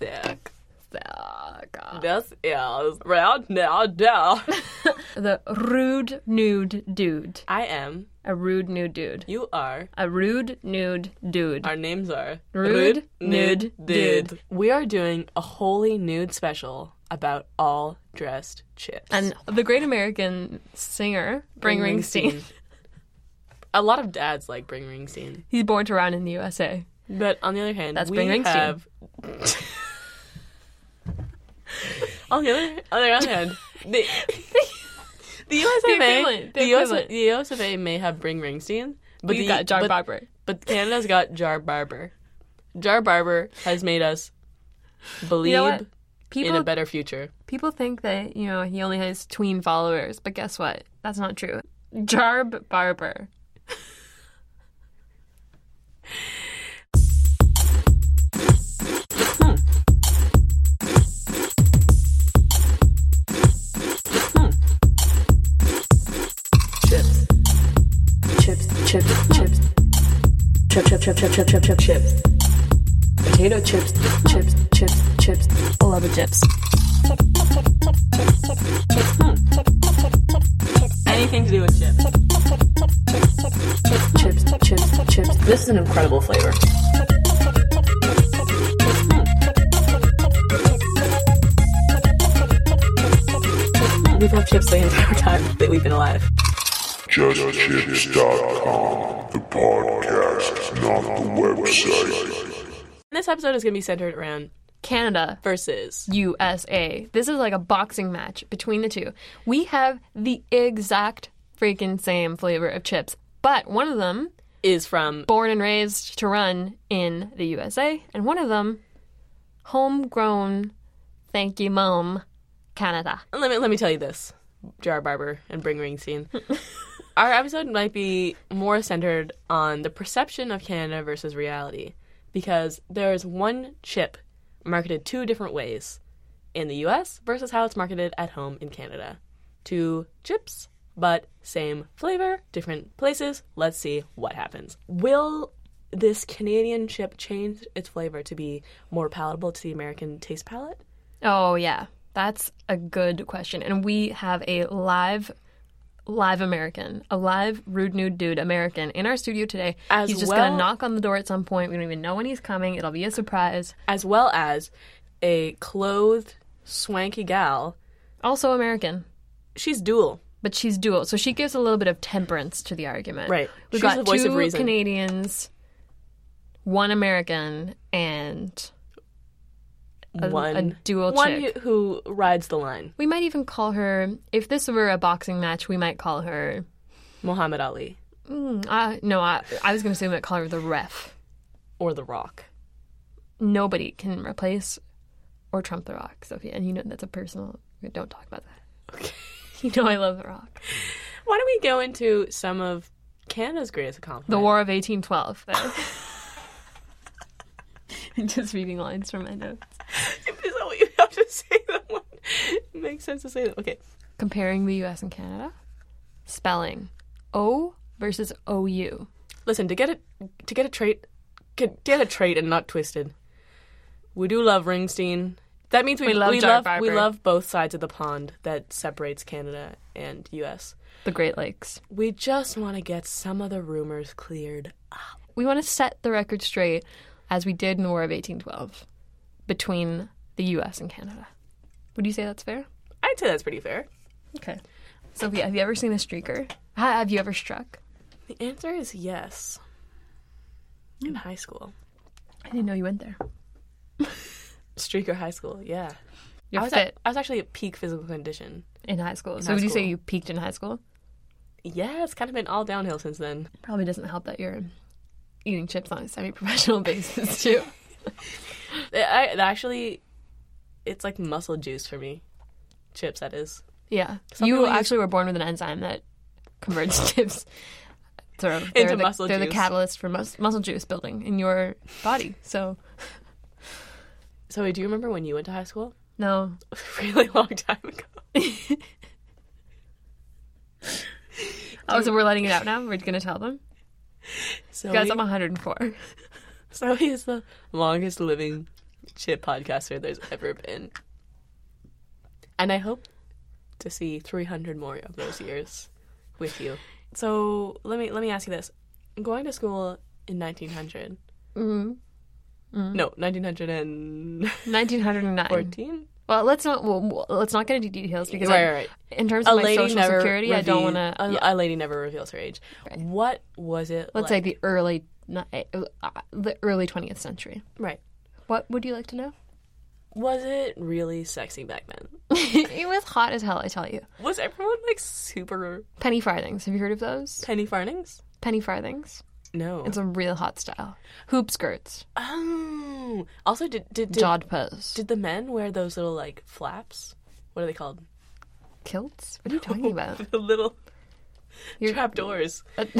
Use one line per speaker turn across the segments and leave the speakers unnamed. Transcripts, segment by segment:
Sick. This is round now down.
The rude nude dude.
I am.
A rude nude dude.
You are.
A rude nude dude.
Our names are
Rude, Nude, Dude.
We are doing a wholly nude special about all dressed chicks.
And the great American singer, Bring Ringstein,
a lot of dads like Bring Ringstein,
he's born to run in the USA.
but on the other hand,
That's
we
Bring Ringstein.
have. on the other, on the other hand, the, the USA may
equivalent, the
the USA,
equivalent.
the USA may have Bring Ringstein, but
But you
the,
got John
but-
Barber.
But Canada's got Jar Barber. Jar Barber has made us believe
You know what?
in
People,
a better future.
people think that, you know, he only has tween followers, but guess what? That's not true. Jarb Barber.
chips chips chips chips chip chip chip chip chip chip chip chips potato chips chips chips chips I love the chips
Anything to do with chips.
chips chips chips this is an incredible flavor
We've had chips the entire time that we've been alive.
JustChips.com, the podcast, not the website.
This episode is going to be centered around
Canada
versus.
USA. This is like a boxing match between the two. We have the exact freaking same flavor of chips, but one of them,
Is from
born and raised to run in the USA, and one of them, homegrown, thank you, mom, Canada.
let me let me tell you this, Jar Barber and Bring Ringstein. Our episode might be more centered on the perception of Canada versus reality, because there is one chip marketed two different ways in the U.S. versus how it's marketed at home in Canada. Two chips, but same flavor, different places. Let's see what happens. Will this Canadian chip change its flavor to be more palatable to the American taste palate?
Oh, yeah. That's a good question. And we have a live. Live American, a live rude nude dude American in our studio today.
As
he's just
well-
gonna knock on the door at some point. We don't even know when he's coming. It'll be a surprise.
as well as a clothed, swanky gal.
also American,
She's dual.
but she's dual, so she gives a little bit of temperance to the argument.
Right.
We've
She's
got
the voice
two
of reason.
Canadians, one American, and A-
one
a dual
one
chick.
Who, who rides the line.
we might even call her. If this were a boxing match, we might call her.
Muhammad Ali
Mm, I, no, I, I was going to say we might call her the ref.
or The Rock.
Nobody can replace or trump the Rock, Sophia, and you know that's a personal. Don't talk about that. Okay. You know I love the Rock.
Why don't we go into some of Canada's greatest accomplishments?
The War of 1812. though. Just reading lines from my notes.
Is that what you have to say? That one makes sense to say that. Okay.
comparing the US and Canada. Spelling O versus OU.
Listen to get a to get a trait, get, get a trait and not twisted. We do love Ringstein. That means we,
We love Jar
love we
Barber.
love both sides of the pond that separates Canada and U.S.
The Great Lakes.
We just want to get some of the rumors cleared
we want to set the record straight as we did in the War of 1812 between the US and Canada. Would you say that's fair?
I'd say that's pretty fair.
Okay. Sophia, have you ever seen a streaker? Ha- Have you ever struck?
The answer is yes. In high school,
I didn't know you went there.
streaker high school, yeah.
You're
I was
fit
I was actually at peak physical condition.
in high school. So
high
would you say
school.
you peaked in high school?
Yeah, it's kind of been all downhill since then.
Probably doesn't help that you're eating chips on a semi-professional basis too.
I, I actually, it's like muscle juice for me. Chips, that is.
Yeah.
Some
you
people use-
actually were born with an enzyme that converts chips they're, they're
Into
the,
muscle
They're the
juice.
catalyst for mus- muscle juice building in your body. So,
So, do you remember when you went to high school?
no.
really long time ago.
Oh, so we're letting it out now? We're going to tell them?
So,
Guys,
he-
I'm 104.
so he is the longest living chip podcaster there's ever been. And I hope to see 300 more of those years with you. So, let me let me ask you this. Going to school in 1900. Mm-hmm. No, 1914.
1909. Well, let's not well, well, let's not get into details because
Right,
I-
right, right.
in terms
A
of my
lady
social
never
security, I don't want
reveal-
to.
A, a lady never reveals her age. What was it?
let's say
like?
the early ni- uh, the early 20th century.
right.
What would you like to know?
Was it really sexy back then?
it was hot as hell, I tell you.
Was everyone like super
Penny farthings. Have you heard of those?
penny farthings?
Penny farthings.
No.
It's a real hot style. Hoop skirts,
oh. Also, did did did,
jod pose,
did the men wear those little like flaps? What are they called?
kilts. What are you talking about?
The little
You're-
trap doors.
Uh,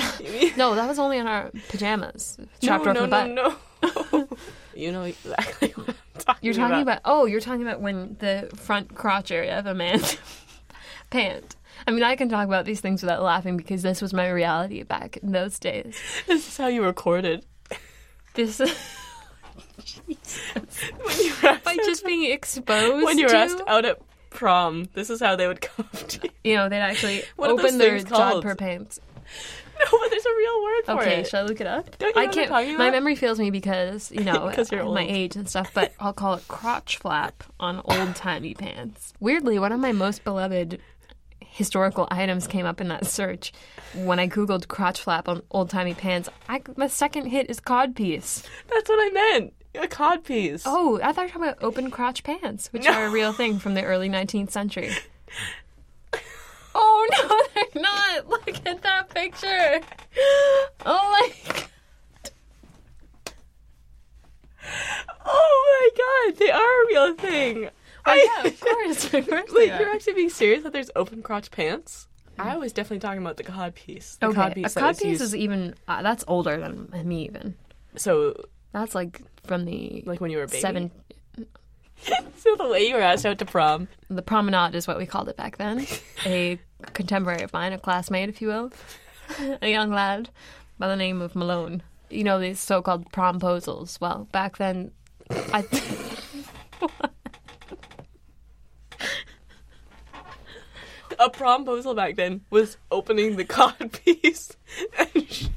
no, that was only on our pajamas. Trapped
no,
off
no,
the butt.
no, no. you know exactly what I'm talking
You're talking about. oh, you're talking about when the front crotch area of a man's pant. I mean, I can talk about these things without laughing because this was my reality back in those days.
This is how you recorded.
This by just being exposed
when you were
to,
asked oh, out at prom, this is how they would come up to you.
you know, they'd actually
What are those
open their
things called?
jod per pants.
No, but there's a real word for
Okay,
it.
shall I look it up?
Don't you
I
know what I'm
can't.
talking
My
about?
memory fails me because you know
'Cause you're
uh, my
old.
age and stuff. But I'll call it crotch flap on old timey pants. Weirdly, one of my most beloved historical items came up in that search when I googled crotch flap on old timey pants. I, my second hit is codpiece.
That's what I meant. A codpiece.
Oh, I thought you were talking about open crotch pants, which
No.
are a real thing from the early 19th century. oh no, they're not! Look at that picture. Oh my.
Oh my god, they are a real thing.
Oh, yeah, of course. Of course
Wait,
they
you're
are.
actually being serious that there's open crotch pants? I was definitely talking about the cod piece. The cod
Okay, a
piece. that
codpiece
used-
is even uh, that's older than me even.
so
That's like from the
like when you were a baby.
seven.
So the way you were asked out to prom.
The promenade is what we called it back then. a contemporary of mine, a classmate, if you will, a young lad by the name of Malone. You know these so-called promposals. Well, back then, I.
A promposal back then was opening the cod piece and, sh-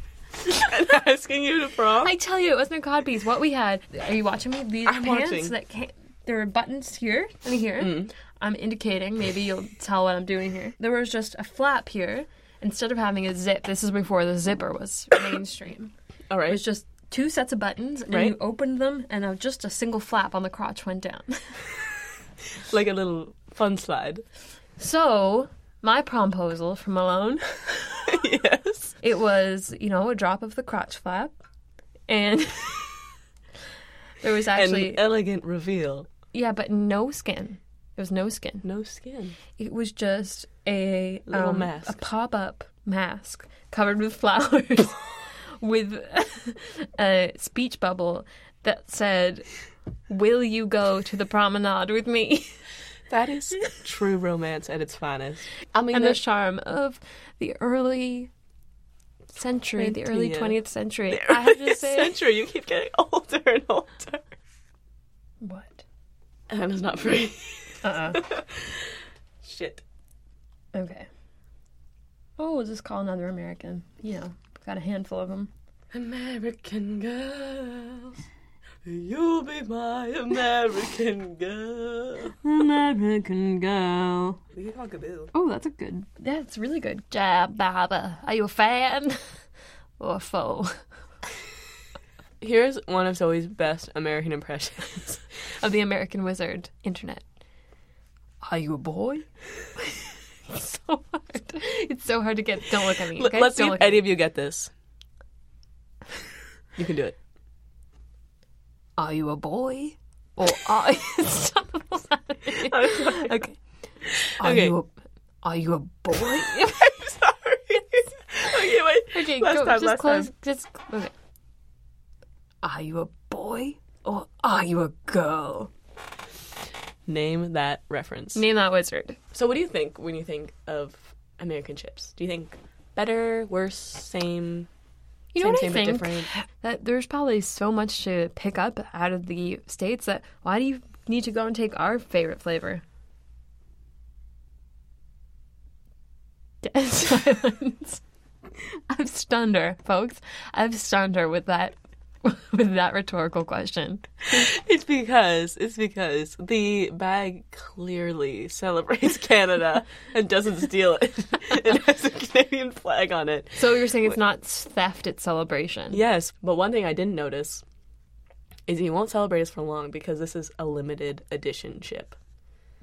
and asking you to prom.
I tell you, it wasn't a codpiece. What we had, are you watching me? These
I'm
pants
watching. Mm.
that came, there were buttons here and here. I'm indicating. Maybe you'll tell what I'm doing here. There was just a flap here instead of having a zip. This is before the zipper was mainstream.
All
It
right.
was just two sets of buttons, and
Right.
you opened them, and uh, just a single flap on the crotch went down.
like a little fun slide.
so my promposal from Malone,
yes.
it was you know a drop of the crotch flap, and. There was actually
An elegant reveal.
Yeah, but no skin. There was no skin.
No skin.
It was just a
Little
um,
mask.
a pop up mask covered with flowers, with a speech bubble that said, "Will you go to the promenade with me?"
That is true romance at its finest. I mean,
and the charm of the early century, the early
20th.
twentieth century. I have to say,
century, you keep getting older and older.
what? Uh-uh.
And it's not free. Shit.
Okay. Oh, we'll just call another American. You know, got a handful of them.
American girls. You'll be my American girl.
American girl.
We could call Gaboo.
Oh, that's a good. That's really good. Jab Baba. Are you a fan or a foe?
Here's one of Zoe's best American impressions.
of the American Wizard internet. Are you a boy? it's so hard. It's so hard to get. Don't look at me.
L-
Okay?
Let's see
Don't
if
look at
any
me.
of you get this. You can do it.
Are you a boy or are Stop. okay. Are
Okay.
you a are you a boy?
I'm sorry. okay, wait.
okay,
last time,
go. just
last
close.
time.
Just okay. Are you a boy or are you a girl?
Name that reference.
Name that wizard.
So, what do you think when you think of American chips? Do you think better, worse, same?
You
same,
know
same,
what I think?
But different?
That there's probably so much to pick up out of the states that why do you need to go and take our favorite flavor? Dead silence. I've stunned her, folks. I've stunned her with that with that rhetorical question.
It's because it's because the bag clearly celebrates Canada and doesn't steal it. it has a Canadian flag on it.
So you're saying it's not theft, it's celebration.
Yes, but one thing I didn't notice is he won't celebrate us for long because this is a limited edition chip.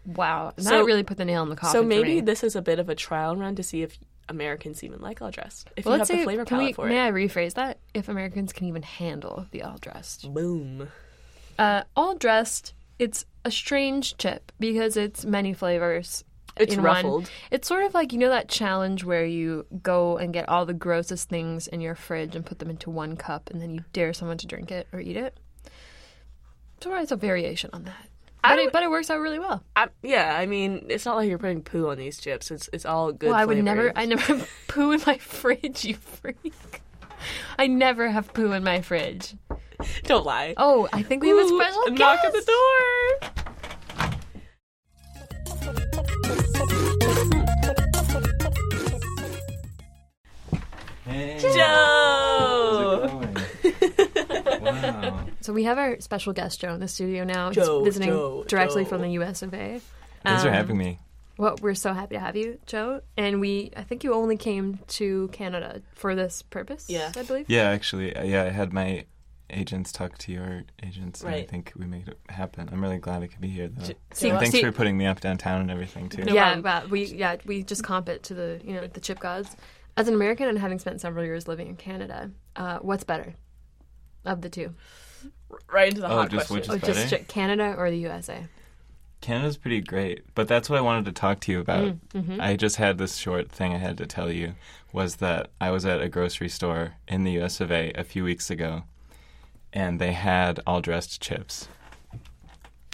Wow. That
So-
really put the nail in the coffin.
so
for
maybe
me.
this is a bit of a trial run to see if Americans even like all dressed. If you
Well,
have
let's
the
say-
flavor
can
palette
we-
for
May
it.
I rephrase that? If Americans can even handle the all dressed.
Boom.
uh, all dressed. It's a strange chip because it's many flavors.
It's
in
ruffled.
One. It's sort of like you know that challenge where you go and get all the grossest things in your fridge and put them into one cup, and then you dare someone to drink it or eat it. So it's a variation on that, but it, but it works out really well.
I, yeah, I mean, it's not like you're putting poo on these chips. It's it's all good.
Well, I would
flavor.
never, I never poo in my fridge, you freak. I never have poo in my fridge.
Don't lie.
Oh, I think we have a
Ooh,
special
knock at the
guest.
door.
Hey,
Joe.
how's it going? wow.
So we have our special guest Joe in the studio now.
Joe,
He's visiting
Joe,
directly
Joe.
from the US of A.
Thanks for
Um,
having me.
Well, we're so happy to have you, Joe. And we I think you only came to Canada for this purpose.
Yeah.
I believe.
Yeah, actually, uh, yeah, I had my agents talk to your agents, and I
Right.
think we made it happen. I'm really glad I could be here, though.
See,
and thanks
see-
for putting me up downtown and everything too.
No
yeah,
problem.
but we yeah, we just comp it to the you know, the chip gods. As an American and having spent several years living in Canada, uh, what's better of the two?
Right into the
Oh,
hot
just
question.
which is
Oh, just
better?
straight Canada or the USA?
Canada's pretty great, but that's what I wanted to talk to you about.
Mm, mm-hmm.
I just had this short thing I had to tell you was that I was at a grocery store in the US of A a few weeks ago, and they had all dressed chips.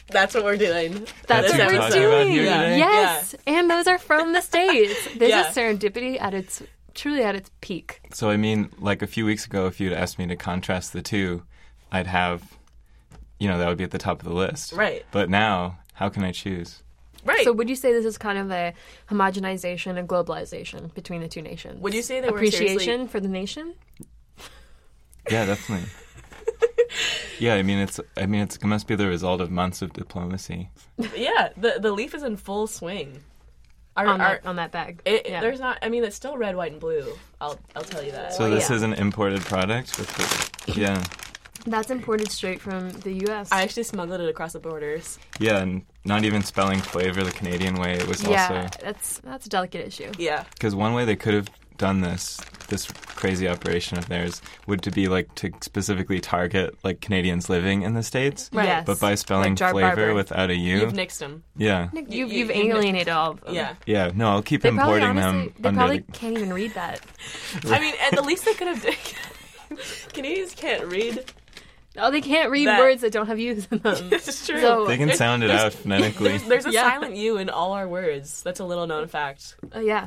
That's what we're doing.
That's
That's
what
what
we're
we're talking about
doing.
here today?
Yes, and those are from the states. This
Yeah.
is serendipity at its truly at its peak.
So I mean, like a few weeks ago, if you'd asked me to contrast the two, I'd have, you know, that would be at the top of the list.
Right.
But now, how can I choose?
Right.
So would you say this is kind of a homogenization and globalization between the two nations?
Would you say that we're
appreciation
seriously-
for the nation?
Yeah, definitely. yeah, I mean, it's I mean, it's, it must be the result of months of diplomacy.
yeah, the the leaf is in full swing. Our,
On,
our,
that, on that bag.
it,
Yeah.
There's not. I mean, it's still red, white, and blue. I'll I'll tell you that.
So this
Oh, yeah.
is an imported product. With the, yeah,
That's imported straight from the U.S.
I actually smuggled it across the borders.
yeah, and not even spelling flavor the Canadian way. It was
yeah,
also
that's that's a delicate issue.
Yeah.
Because one way they could have done this, this crazy operation of theirs, would to be like to specifically target like Canadians living in the states.
Right. Yes.
But by spelling
Like Jar
flavor
Barber.
without a U,
You've nixed them.
yeah,
You've,
you-
you've
you-
alienated all of them.
Yeah.
yeah. No, I'll keep
They probably
importing
honestly,
them
they
under.
probably
the-
can't even read that.
I mean, at the least they could have. done Canadians can't read.
Oh, they can't read
That-
words that don't have U's in them.
It's true.
So-
They can
There's-
sound it
there's-
out phonetically.
There's, there's a
Yeah.
silent U in all our words. That's a little known fact.
Uh, yeah.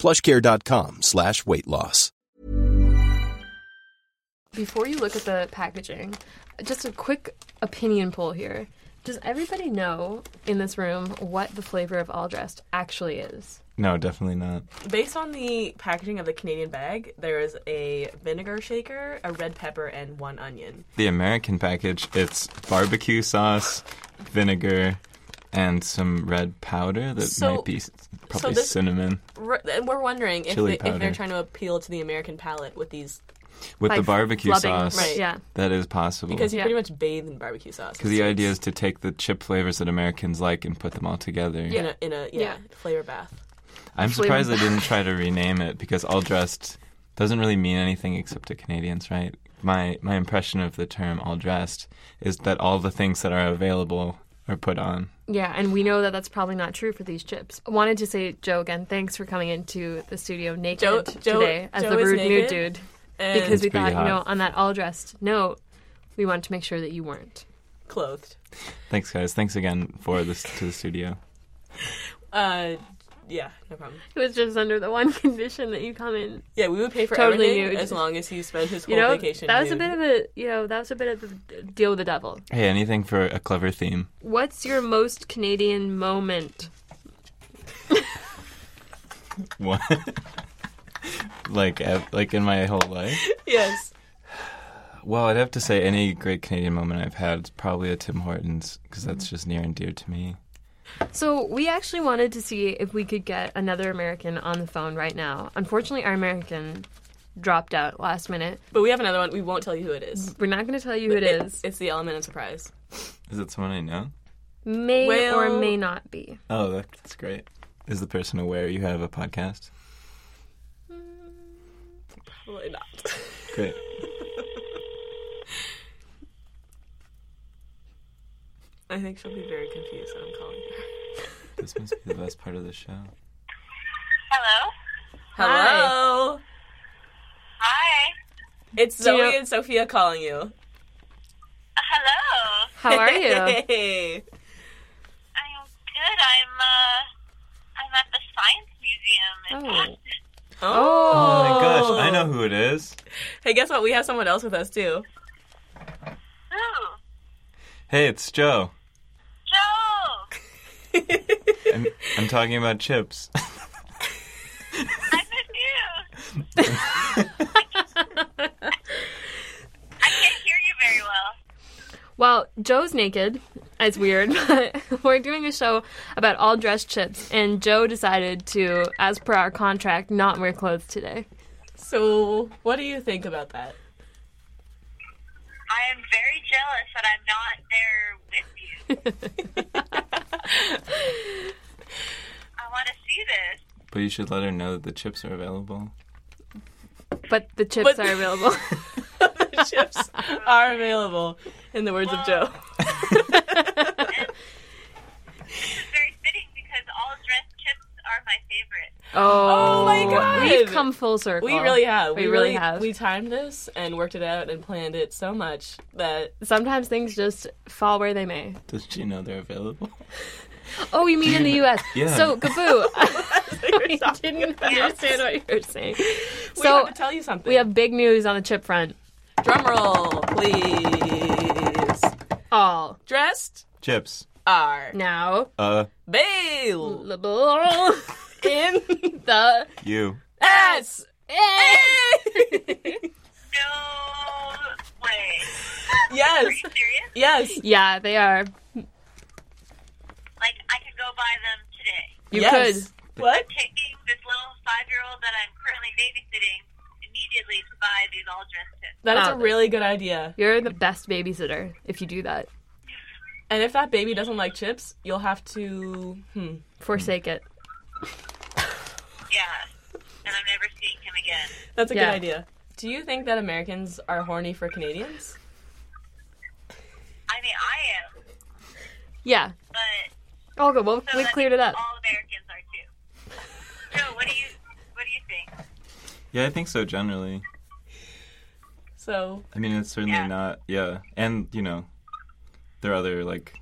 plushcare.com slash weight loss.
Before you look at the packaging, just a quick opinion poll here. Does everybody know in this room what the flavor of All Dressed actually is?
No, definitely not.
Based on the packaging of the Canadian bag, there is a vinegar shaker, a red pepper, and one onion.
The American package, it's barbecue sauce, vinegar, and some red powder that
So-
might be s- probably
this-
cinnamon
R- and we're wondering if,
Chili
they, if they're
powder.
trying to appeal to the American palate with these,
with
By
the barbecue
flubbing,
sauce.
right, yeah.
that is possible.
because you
Yeah.
pretty much bathe in barbecue sauce.
Because the idea is to take the chip flavors that Americans like and put them all together.
in a, in a yeah,
Yeah.
flavor bath.
I'm
Flavor
surprised they didn't try to rename it because all dressed doesn't really mean anything except to Canadians, right? My my impression of the term all dressed is that all the things that are available are put on.
Yeah, and we know that that's probably not true for these chips. I wanted to say, Joe, again, thanks for coming into the studio naked
Joe- Joe-
today as
Joe
the
is
rude new
naked,
dude.
And
Because we
It's pretty
thought, you know,
hot.
on that all dressed note, we wanted to make sure that you weren't.
clothed.
Thanks guys. Thanks again for this to the studio.
Uh, yeah, no problem.
It was just under the one condition that you come in.
Yeah, we would pay for
Totally
everything
nude.
as long as you spend his whole
You know,
vacation.
that was a
nude.
bit of a, you know, that was a bit of a deal with the devil.
Hey, anything for a clever theme.
What's your most Canadian moment?
What? like ev- like in my whole life.
yes.
Well, I'd have to say any great Canadian moment I've had is probably a Tim Hortons because that's just near and dear to me.
So we actually wanted to see if we could get another American on the phone right now. Unfortunately, our American dropped out last minute.
But we have another one. We won't tell you who it is.
We're not going to tell you who it is.
It's the element of surprise.
Is it someone I know?
May
Well-
or may not be.
Oh, that- that's great. Is the person aware you have a podcast?
Probably not.
Great.
I think she'll be very confused that I'm calling her.
This must be the best part of the show.
Hello.
Hello.
Hi.
It's Zoe
you know-
and Sophia calling you.
Hello.
How are you?
Hey.
I'm good. I'm uh, I'm at the Science Museum. In
Oh.
Boston.
Oh.
Oh my gosh, I know who it is.
Hey, guess what? We have someone else with us too.
Ooh,
Hey, it's Joe.
Joe.
I'm, I'm talking about chips.
I'm with you. I can't hear you very well.
Well, Joe's naked. It's weird, but we're doing a show about all dressed chips, and Joe decided to, as per our contract, not wear clothes today.
So, what do you think about that?
I am very jealous that I'm not there with you. I want to see this.
But you should let her know that the chips are available.
But the chips
But-
are available.
The chips are available, in the words of Joe.
It's very fitting because all dressed chips are my favorite.
oh,
my God.
We've come full circle.
We really have.
We, really, have.
We timed this and worked it out and planned it so much that
Sometimes things just fall where they may.
Does she know they're available?
Oh, you mean in the U.S.
Yeah.
So, Kaboo, I didn't understand what you were saying.
we
so,
have to tell you something.
we have big news on the chip front.
drum roll, please.
All
Dressed
Chips.
are
now
Uh,
bail
in the
you.
S.
No way. Are
Yes.
you serious?
Yes.
yeah, they are.
Like I could go buy them today.
You
Yes.
could,
What?
Taking this little five-year-old that I'm currently babysitting immediately to buy these all-dress tips.
That is
Wow.
a really good idea.
You're the best babysitter if you do that.
And if that baby doesn't like chips, you'll have to. Hmm.
Forsake it.
Yeah. And I'm never seeing him again.
That's a
Yeah.
good idea. Do you think that Americans are horny for Canadians?
I mean, I am,
Yeah.
but
All good. Well,
so
we
that
cleared it up.
All Americans are too. Joe, what do you what do you think?
Yeah, I think so generally.
So
I mean, it's certainly
Yeah.
not. Yeah, and you know, there are other like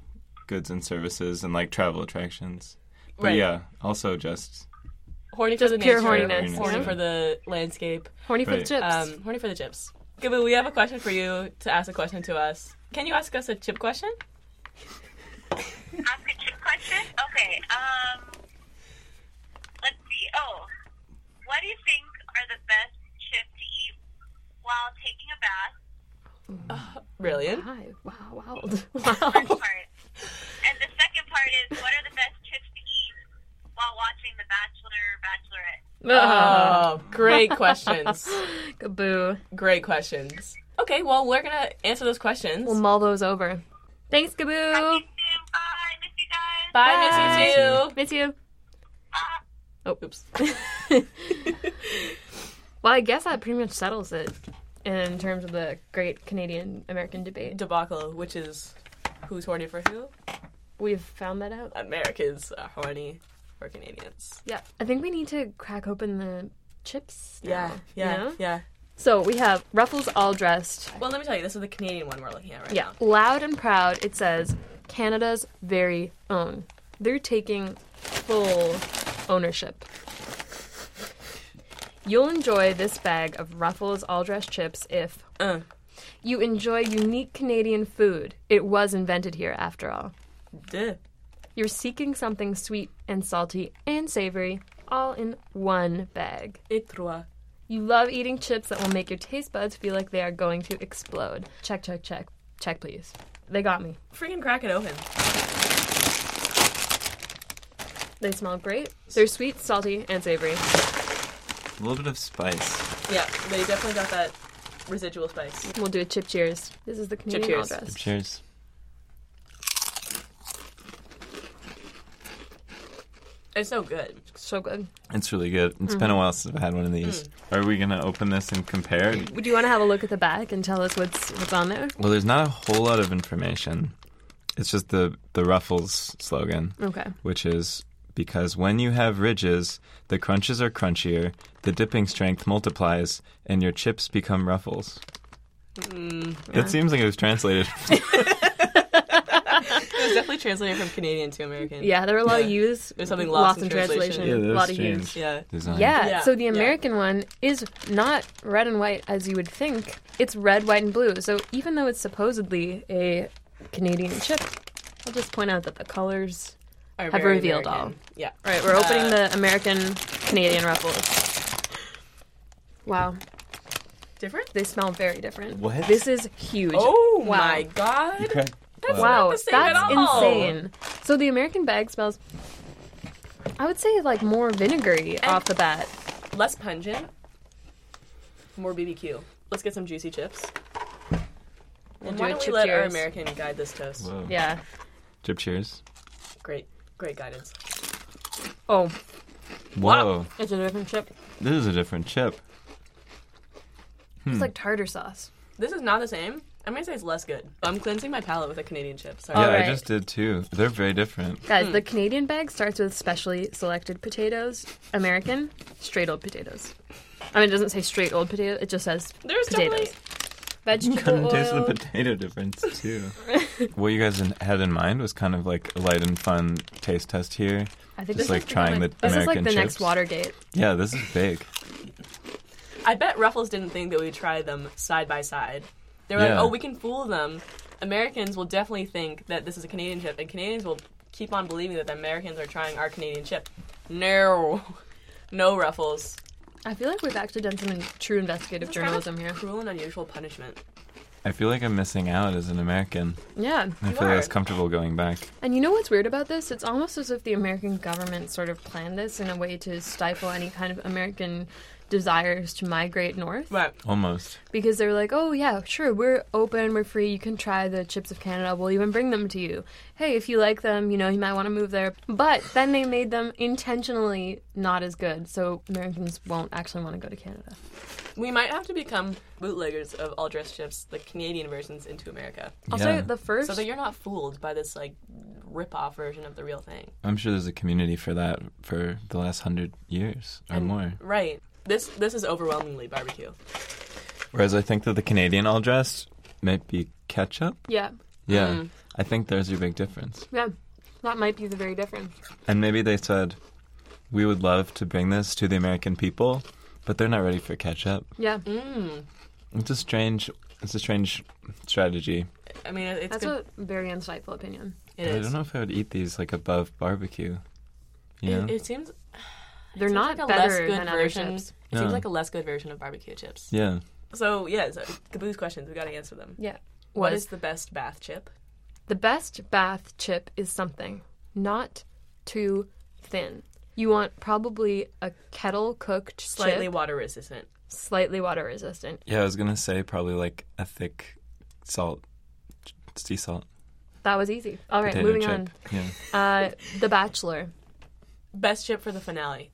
goods and services and like travel attractions. But
Right.
yeah, also just
horny for the
pure
nature,
horniness,
horny
yeah.
for the landscape,
Horny for the
Right.
chips.
um, horny for the chips. Gabu, we have a question for you to ask a question to us. Can you ask us a chip question?
Ask a chip question? Okay. Um, let's see. Oh, what do you think are the best chips to eat while taking a bath?
Brilliant.
Hi. Wow.
Oh.
Wild. Wow. Uh,
Part. And the second part is what are the best chips to eat while watching The Bachelor or Bachelorette?
Oh, great questions.
Kaboo.
Great questions. Okay, well, we're going to answer those questions.
We'll mull those over. Thanks, Kaboo.
See you soon. Bye. Miss you guys.
Bye, Miss you
Miss you.
Oh, oops.
Well, I guess that pretty much settles it in terms of the great Canadian American debate.
Debacle, which is who's horny for who?
We've found that out.
Americans are horny for Canadians.
Yeah. I think we need to crack open the chips.
Yeah,
now,
yeah,
you know?
yeah.
So we have Ruffles all dressed.
Well, let me tell you, this is the Canadian one we're looking at right
Yeah.
now.
Loud and proud, it says Canada's very own. They're taking full ownership. You'll enjoy this bag of Ruffles all dressed chips if
Uh.
you enjoy unique Canadian food. It was invented here after all.
Duh.
You're seeking something sweet and salty and savory all in one bag.
Et trois.
You love eating chips that will make your taste buds feel like they are going to explode. Check, check, check. Check, please. They got me.
Freaking crack it open.
They smell great. They're sweet, salty, and savory.
a little bit of spice.
Yeah, they definitely got that residual spice.
We'll do a chip cheers. This is the Canadian
cheers.
all dressed.
Cheers.
It's so good.
So good.
It's really good. It's
Mm-hmm.
been a while since I've had one of these.
Mm.
Are we gonna open this and compare?
Would you want to have a look at the back and tell us what's what's on there?
Well, there's not a whole lot of information. It's just the the Ruffles slogan.
Okay.
which is because when you have ridges, the crunches are crunchier, the dipping strength multiplies, and your chips become ruffles.
Mm.
That seems like it was translated.
It's definitely translated from Canadian to American.
Yeah, there are a lot of
Yeah.
U's.
There's something lost in translation.
Yeah, that
a lot
was
of
strange.
U's.
Yeah.
Design.
Yeah,
Yeah,
so the
yeah.
American one is not red and white as you would think. It's red, white, and blue. So even though it's supposedly a Canadian chip, I'll just point out that the colors.
Are
Have
very
revealed
American.
all.
Yeah. Uh,
All right, we're opening the American Canadian ruffles. Wow,
Different?
they smell very different.
What?
This is huge.
Oh
Wow.
my god.
Wow.
Wow,
the same at
that's
all.
insane. So the American bag smells. I would say like more vinegary off the bat.
Less pungent. More BBQ. Let's get some juicy chips. And
do
why
a
don't we
chip
let our
cheers.
American guide this toast?
Whoa.
Yeah.
Chip cheers.
Great, great guidance.
Oh,
Whoa.
it's a different chip.
This is a different chip.
It's like tartar sauce.
This is not the same. I'm gonna say it's less good. I'm cleansing my palate with a Canadian chip. Sorry.
Yeah,
Alright.
I just did too. They're very different.
Guys, the Canadian bag starts with specially selected potatoes. American, straight old potatoes. I mean, it doesn't say straight old potato. It just says
There's
potatoes.
Couldn't
Vegetable
taste the
oil.
potato difference too. what you guys in- had in mind was kind of like a light and fun taste test here.
I think
Just
this
like
is
trying the
becoming- This is like
American
the
chips.
next Watergate.
Yeah, this is big.
I bet Ruffles didn't think that we'd try them side by side. They were
Yeah.
like, oh, we can fool them. Americans will definitely think that this is a Canadian chip, and Canadians will keep on believing that the Americans are trying our Canadian chip. No, no Ruffles.
I feel like we've actually done some in- true investigative journalism here.
Cruel and unusual punishment.
I feel like I'm missing out as an American.
Yeah,
I
you
feel less
are.
comfortable going back.
And you know what's weird about this? It's almost as if the American government sort of planned this in a way to stifle any kind of American desires to migrate north.
Right.
Almost.
Because they're like, oh, yeah, sure, we're open, we're free, you can try the chips of Canada, we'll even bring them to you. Hey, if you like them, you know, you might want to move there. But then they made them intentionally not as good, so Americans won't actually want to go to Canada.
We might have to become bootleggers of all dress chips, the Canadian versions, into America.
Also, Yeah. the first-
So that you're not fooled by this, like, rip-off version of the real thing.
I'm sure there's a community for that for the last hundred years or more.
Right. This this is overwhelmingly barbecue.
Whereas I think that the Canadian all dressed might be ketchup.
Yeah.
Yeah.
Mm.
I think there's your big difference.
Yeah, that might be the very difference.
And maybe they said, we would love to bring this to the American people, but they're not ready for ketchup.
Yeah.
Mm.
It's a strange, it's a strange strategy.
I mean, it's
That's
good.
a very insightful opinion.
It
I don't know if I would eat these like above barbecue. You know?
It, it seems
They're
it seems
not
like a
better
less good
than other
version.
chips.
It seems
Yeah.
like a less good version of barbecue chips.
yeah.
So yeah, so Kaboo's questions. We got to answer them.
Yeah.
What
Was-
is the best bath chip?
The best bath chip is something not too thin. You want probably a kettle cooked,
Slightly water resistant,
slightly water resistant.
Yeah, I was gonna say probably like a thick salt, sea salt.
That was easy. All right,
potato
moving
chip.
on.
Yeah.
Uh, the Bachelor.
Best chip for the finale.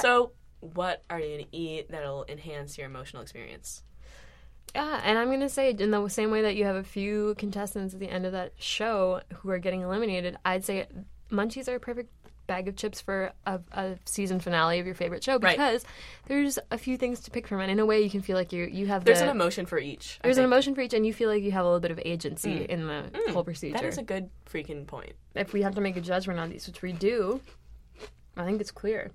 so what are you gonna eat that'll enhance your emotional experience?
Yeah, and I'm going to say, in the same way that you have a few contestants at the end of that show who are getting eliminated, I'd say munchies are a perfect bag of chips for a, a season finale of your favorite show
Right.
because there's a few things to pick from, and in a way, you can feel like you you have
There's
the,
an emotion for each. I
There's an
think. Mm.
emotion for each, and you feel like you have a little bit of agency in the whole procedure.
That is a good freaking point.
if we have to make a judgment on these, which we do, I think it's clear.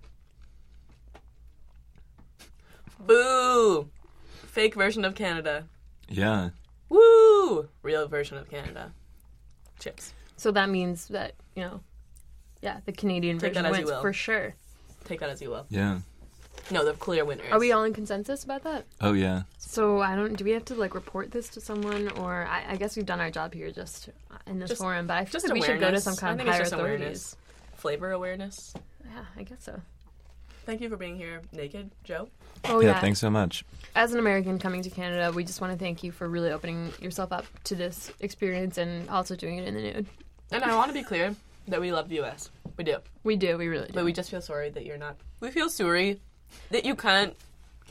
Boo! Fake version of Canada.
Yeah.
Woo! Real version of Canada. Chips.
So that means that you know, yeah, the Canadian
Take that
version
as you
wins
will.
for sure.
Take that as you will.
Yeah.
No, the clear winners.
Are we all in consensus about that?
Oh yeah.
So I don't. Do we have to like report this to someone, or I, I guess we've done our job here just uh, in this
Just-
forum? But I feel
just
like we should go to
awareness.
some
I
kind of
think it's
higher
just awareness.
authorities.
Flavor awareness.
Yeah, I guess so.
Thank you for being here, naked Joe.
Oh
yeah.
yeah.
Thanks so much.
as an American coming to Canada, we just want to thank you for really opening yourself up to this experience and also doing it in the nude.
And I want to be clear that we love the U.S. We do,
We do, we really do.
but we just feel sorry that you're not. We feel sorry that you can't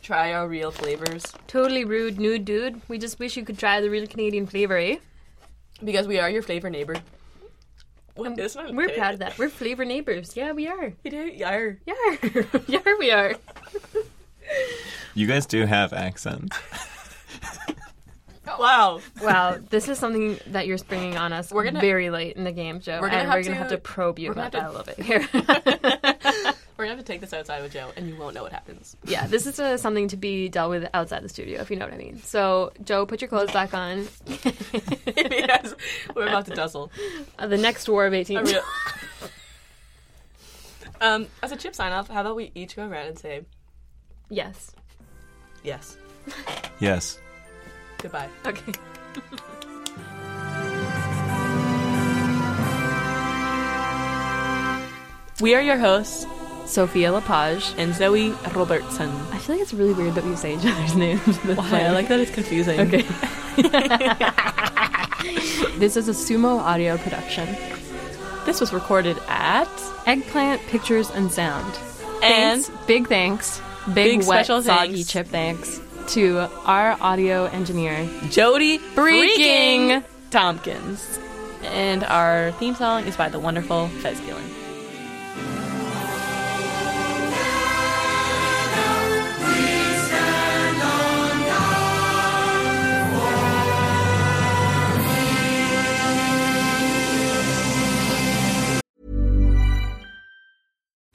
try our real flavors
totally rude nude dude. We just wish you could try the real Canadian flavor, eh?
because we are your flavor neighbor. What is not
We're proud of that. We're flavor neighbors. Yeah, we are.
We do. Yeah.
Yeah, yeah, we are.
You guys do have accents.
Oh, Wow.
Wow, this is something that you're springing on us we're
gonna-
very late in the game, Joe,
We're gonna
and
have
we're gonna
to-
have to probe you
we're gonna
about that a
have
little bit here.
We're gonna have to take this outside with Joe, and you won't know what happens.
yeah, this is uh, something to be dealt with outside the studio, if you know what I mean. So, Joe, put your clothes back on.
because we're about to tussle.
Uh, the next War of 18.
A real- um, as a chip sign off, how about we each go around and say
yes.
yes,
yes.
goodbye.
Okay.
We are your hosts
Sophia Lepage.
and Zoe Robertson.
I feel like it's really weird that we say each other's names.
Why? I like that it's confusing.
Okay. this is a Sumo Audio production.
This was recorded at
Eggplant Pictures and Sound.
and
Thanks, big thanks, big,
Big
wet
special
soggy
thanks.
chip thanks to our audio engineer
Jody
Freaking
Freaking Tompkins. And our theme song is by the wonderful Fez Gillen.